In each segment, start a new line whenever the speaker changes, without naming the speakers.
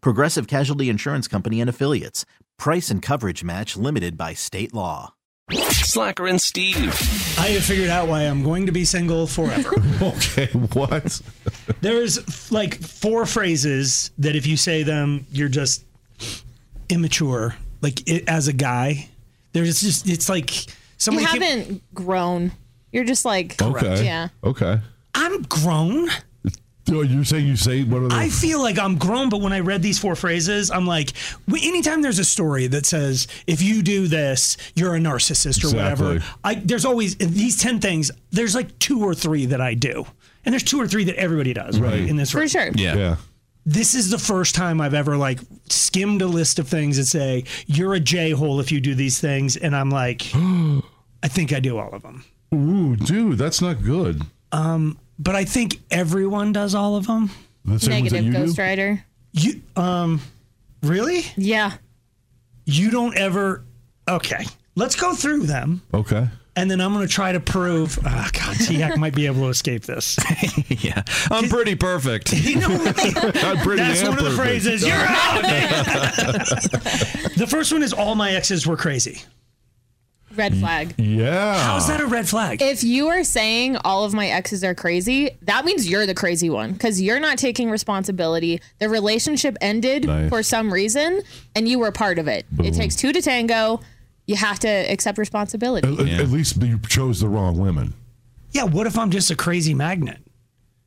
Progressive Casualty Insurance Company and Affiliates. Price and coverage match limited by state law.
Slacker and Steve.
I have figured out why I'm going to be single forever.
Okay, what?
There's like four phrases that if you say them, you're just immature. Like it, as a guy, there's just it's like
You
somebody. came-
haven't grown. You're just like,
Okay.
yeah.
Okay.
I'm grown.
So you're saying you say one of
I
those?
feel like I'm grown, but when I read these four phrases, I'm like, w- anytime there's a story that says if you do this, you're a narcissist or whatever.
Exactly.
I there's always in these ten things. There's like two or three that I do, and there's two or three that everybody does right, in this
For
room.
sure.
yeah. yeah.
this is the first time I've ever like skimmed a list of things that say you're a j hole if you do these things, and I'm like, I think I do all of them,
Ooh, dude, that's not good.
but I think everyone does all of them.
That's the same ones that
Negative
you do?
ghostwriter.
You um, really?
Yeah.
You don't ever? Okay, let's go through them,
Okay.
and then I'm gonna try to prove. Oh God, Tiak might be able to escape this.
Yeah. I'm pretty perfect.
You know,
I'm pretty
That's
damn
one of the
perfect.
phrases. You're out. the first one is all my exes were crazy.
Red
Mm.
flag.
Yeah.
How's that a red flag?
If you are saying all of my exes are crazy, that means you're the crazy one because you're not taking responsibility. The relationship ended
Nice.
for some reason and you were part of it. It takes two to tango. You have to accept responsibility.
At, at least you chose the wrong women.
Yeah, what if I'm just a crazy magnet?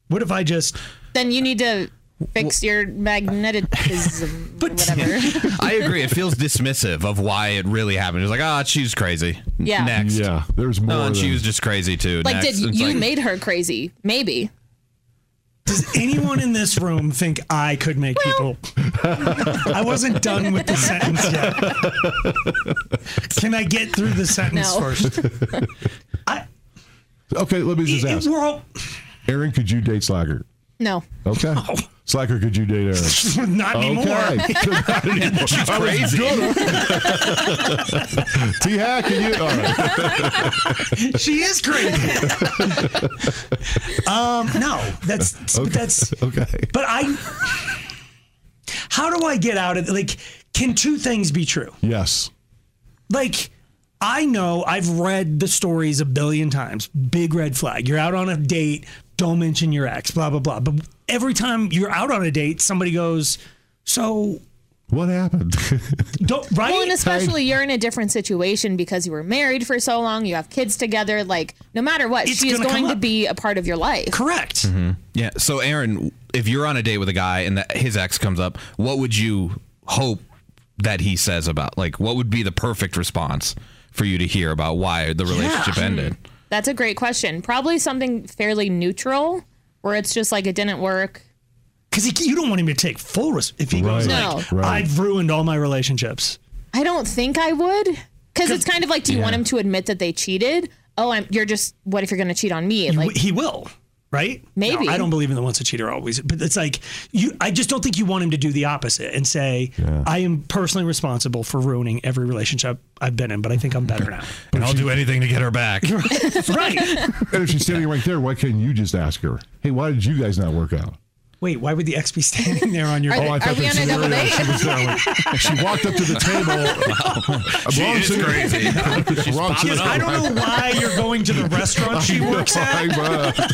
What if I just
then you need to fix your magnetism or whatever.
I agree. It feels dismissive of why it really happened. It's like, ah, she's crazy.
Yeah.
Next.
Yeah. uh, There's more.
Oh, and she
than-
was just crazy too.
like,
Next.
did you,
It's like-
made her crazy? Maybe.
does anyone in this room think I could make people? I wasn't done with the sentence yet. Can I get through the sentence
No.
first? I,
okay, let me just
it-
ask.
we're all
Aaron, could you date Slacker?
No.
Okay. Slacker, could you date Aaron?
not anymore.
Okay. Not anymore. She's
crazy.
T Hack, can you? All right.
She is crazy. um, no, that's but that's
Okay.
But I, how do I get out of like? Can two things be true?
Yes.
like I know I've read the stories a billion times. Big red flag. You're out on a date, don't mention your ex, blah blah blah. But every time you're out on a date, somebody goes, "So,
What happened?
don't right?"
Well, and especially you're in a different situation because you were married for so long, you have kids together. Like, no matter what,
It's
she is
gonna come
going to
up.
be a part of your life.
Correct.
Mm-hmm.
Yeah. So, Aaron, if you're on a date with a guy and that his ex comes up, what would you hope that he says about? Like, what would be the perfect response for you to hear about why the relationship
Hmm.
ended?
That's a great question. Probably something fairly neutral, where it's just like it didn't work.
Because you don't want him to take full risk if he goes
Right.
like,
No.
Right.
"I've ruined all my relationships."
I don't think I would, because it's kind of like, do you want him to admit that they cheated? Oh, I'm. You're just. What if you're going to cheat on me?
You-
Like,
he will, right?
Maybe.
No, I don't believe in the once a cheater always, but it's like you. I just don't think you want him to do the opposite and say, "I am personally responsible for ruining every relationship I've been in," but I think I'm better now.
And I'll do anything to get her back.
right.
and if she's standing right there, why can't you just ask her? Hey, why did you guys not work out?
Wait, why would the ex be standing there on your?
Are-
oh,
I
I,
thought
we
that
on a double
scenario,
date?
She, was there, like, she walked up to the table.
she
Wrong
is
scenario.
crazy. She's
Wrong
popping
scenario.
up.
I don't know why you're going to the restaurant she works at.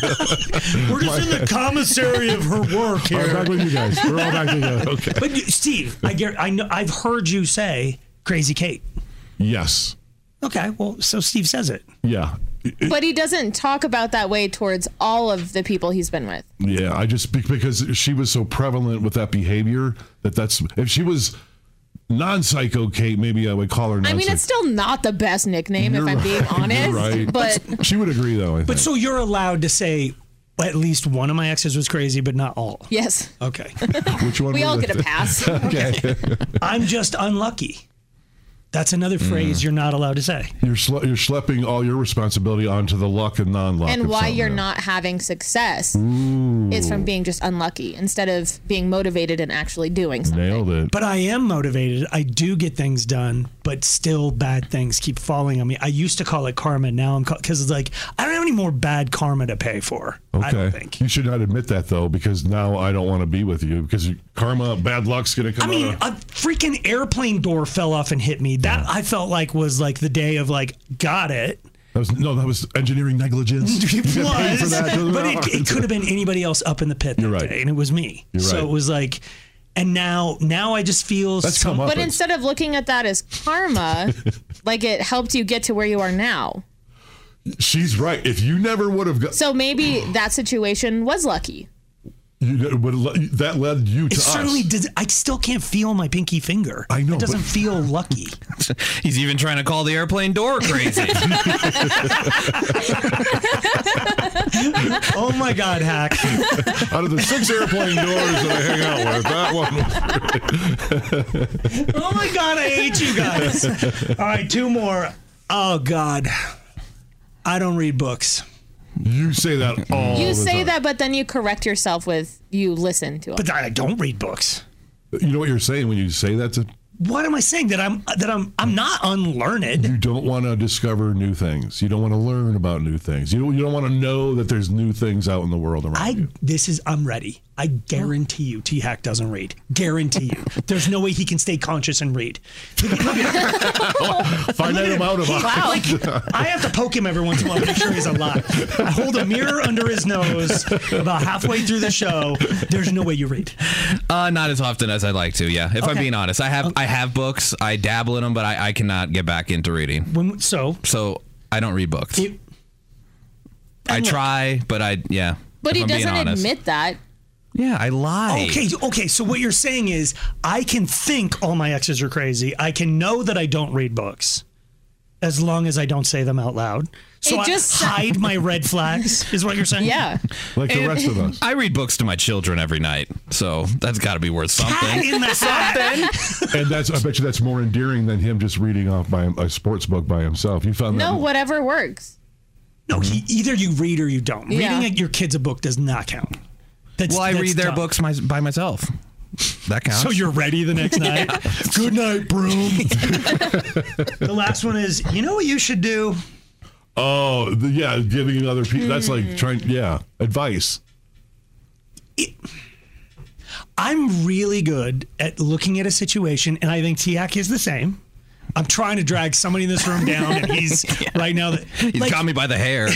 We're just in the commissary of her work
All right,
here.
back with you guys. We're all back together. Okay.
But you, Steve, I, gar- I know I've heard you say, Crazy Kate.
Yes.
Okay, well, so Steve says it.
Yeah.
But he doesn't talk about that way towards all of the people he's been with.
Yeah, I just be- because she was so prevalent with that behavior that that's if she was non-psycho Kate, maybe I would call her.
I mean, it's still not the best nickname if I'm being honest,
right.
but
she would agree though. I
But
think.
so you're allowed to say at least one of my exes was crazy, but not all.
yes,
Okay.
which one?
we
would
all
it-
get a pass.
Okay,
I'm just unlucky. That's another
Mm.
phrase you're not allowed to say.
you're schle- you're schlepping all your responsibility onto the luck and non-luck,
and
of
why
something
you're
there.
not having success is from being just unlucky instead of being motivated and actually doing something.
nailed it.
But I am motivated. I do get things done, but still bad things keep falling on me. I used to call it karma. Now I'm because it's like I don't have any more bad karma to pay for. I don't think.
You should not admit that though, because now I don't want to be with you because you- karma, bad luck's gonna
I
come.
mean,
out of-
a freaking airplane door fell off and hit me. That I felt like was like the day of like got it.
that was, no, that was engineering negligence. You
It
get paid for
was,
that, doesn't
but
matter.
it, it could have been anybody else up in the pit.
You're
that
right.
day, and it was me.
You're
so
right.
it was like, and now now I just feel
That's
some-
come up.
But instead of looking at that as karma, like it helped you get to where you are now.
She's right. If you never would have got,
So maybe that situation was lucky.
you would that led you to
It
us.
certainly does. I still can't feel my pinky finger.
I know,
It doesn't
but-
feel lucky.
He's even trying to call the airplane door crazy.
oh my God, hack.
Out of the six airplane doors that I hang out with, that one. was-
Oh my God, I hate you guys. All right, two more. Oh God. I don't read books.
You say that all.
You
the
say
time.
that, but then you correct yourself with you listen to it.
But I don't read books.
You know what you're saying when you say that to.
What am I saying? That I'm that I'm I'm not unlearned.
You don't want to discover new things. You don't want to learn about new things. You don't, you don't want to know that there's new things out in the world around
I
you.
this is I'm ready. I guarantee you T Hack doesn't read. Guarantee you. There's no way he can stay conscious and read.
Find that out about.
I have to poke him every once in a while, make sure he's alive. I hold a mirror under his nose about halfway through the show. There's no way you read.
Uh, not as often as I'd like to. Yeah, if I'm
Okay.
being honest, I have I have books. I dabble in them, but I, I cannot get back into reading.
When so
So I don't read books.
it,
I try, but I yeah.
But
if
he
I'm being
doesn't
honest.
admit that.
Yeah, I lie.
okay, okay. So what you're saying is I can think all my exes are crazy. I can know that I don't read books, as long as I don't say them out loud. So
It
I
just-
hide my red flags. Is what you're saying?
Yeah.
like the rest of us.
I read books to my children every night, so that's got to be worth
Cat
something.
in the hat.
And that's I bet you that's more endearing than him just reading off by a sports book by himself. You found
No,
that
whatever works.
No, he, either you read or you don't.
Yeah.
Reading your kids a book does not count. That's,
Well, I
that's
read their
dumb.
books my, by myself. That counts.
So you're ready the next night. Good night, broom. the last one is, you know what you should do?
Oh, the, yeah, giving other people that's
Hmm.
like trying yeah, advice.
I'm really good at looking at a situation, and I think Tiak is the same. I'm trying to drag somebody in this room down, and he's right now. That,
He's
like,
got me by the hair.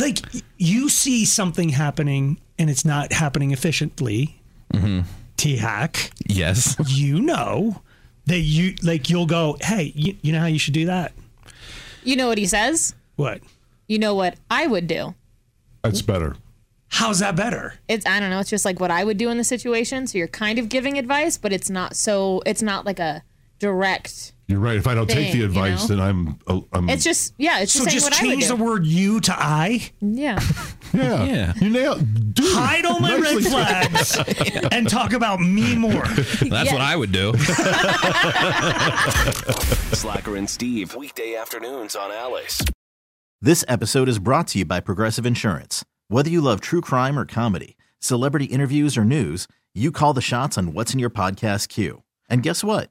like you see something happening, and it's not happening efficiently.
Mm-hmm.
Tiak,
yes.
you know that you like you'll go, hey, you, you know how you should do that.
You know what he says?
What?
You know what I would do.
That's better.
How's that better?
It's I don't know, it's just like what I would do in the situation. So you're kind of giving advice, but it's not so it's not like a direct
You're right. If I don't take
Thing,
the
you
advice,
know?
then I'm uh, I'm
it's just yeah, it's just
so
saying
just
what I would
change
do.
the word "you" to "I."
yeah.
yeah.
Yeah.
You nailed
Hmm.
dude.
Hide all my red
Nicely done.
flags and talk about me more.
That's
Yeah.
what I would do.
Slacker and Steve, weekday afternoons on Alice.
This episode is brought to you by Progressive Insurance. Whether you love true crime or comedy, celebrity interviews or news, you call the shots on what's in your podcast queue. And guess what?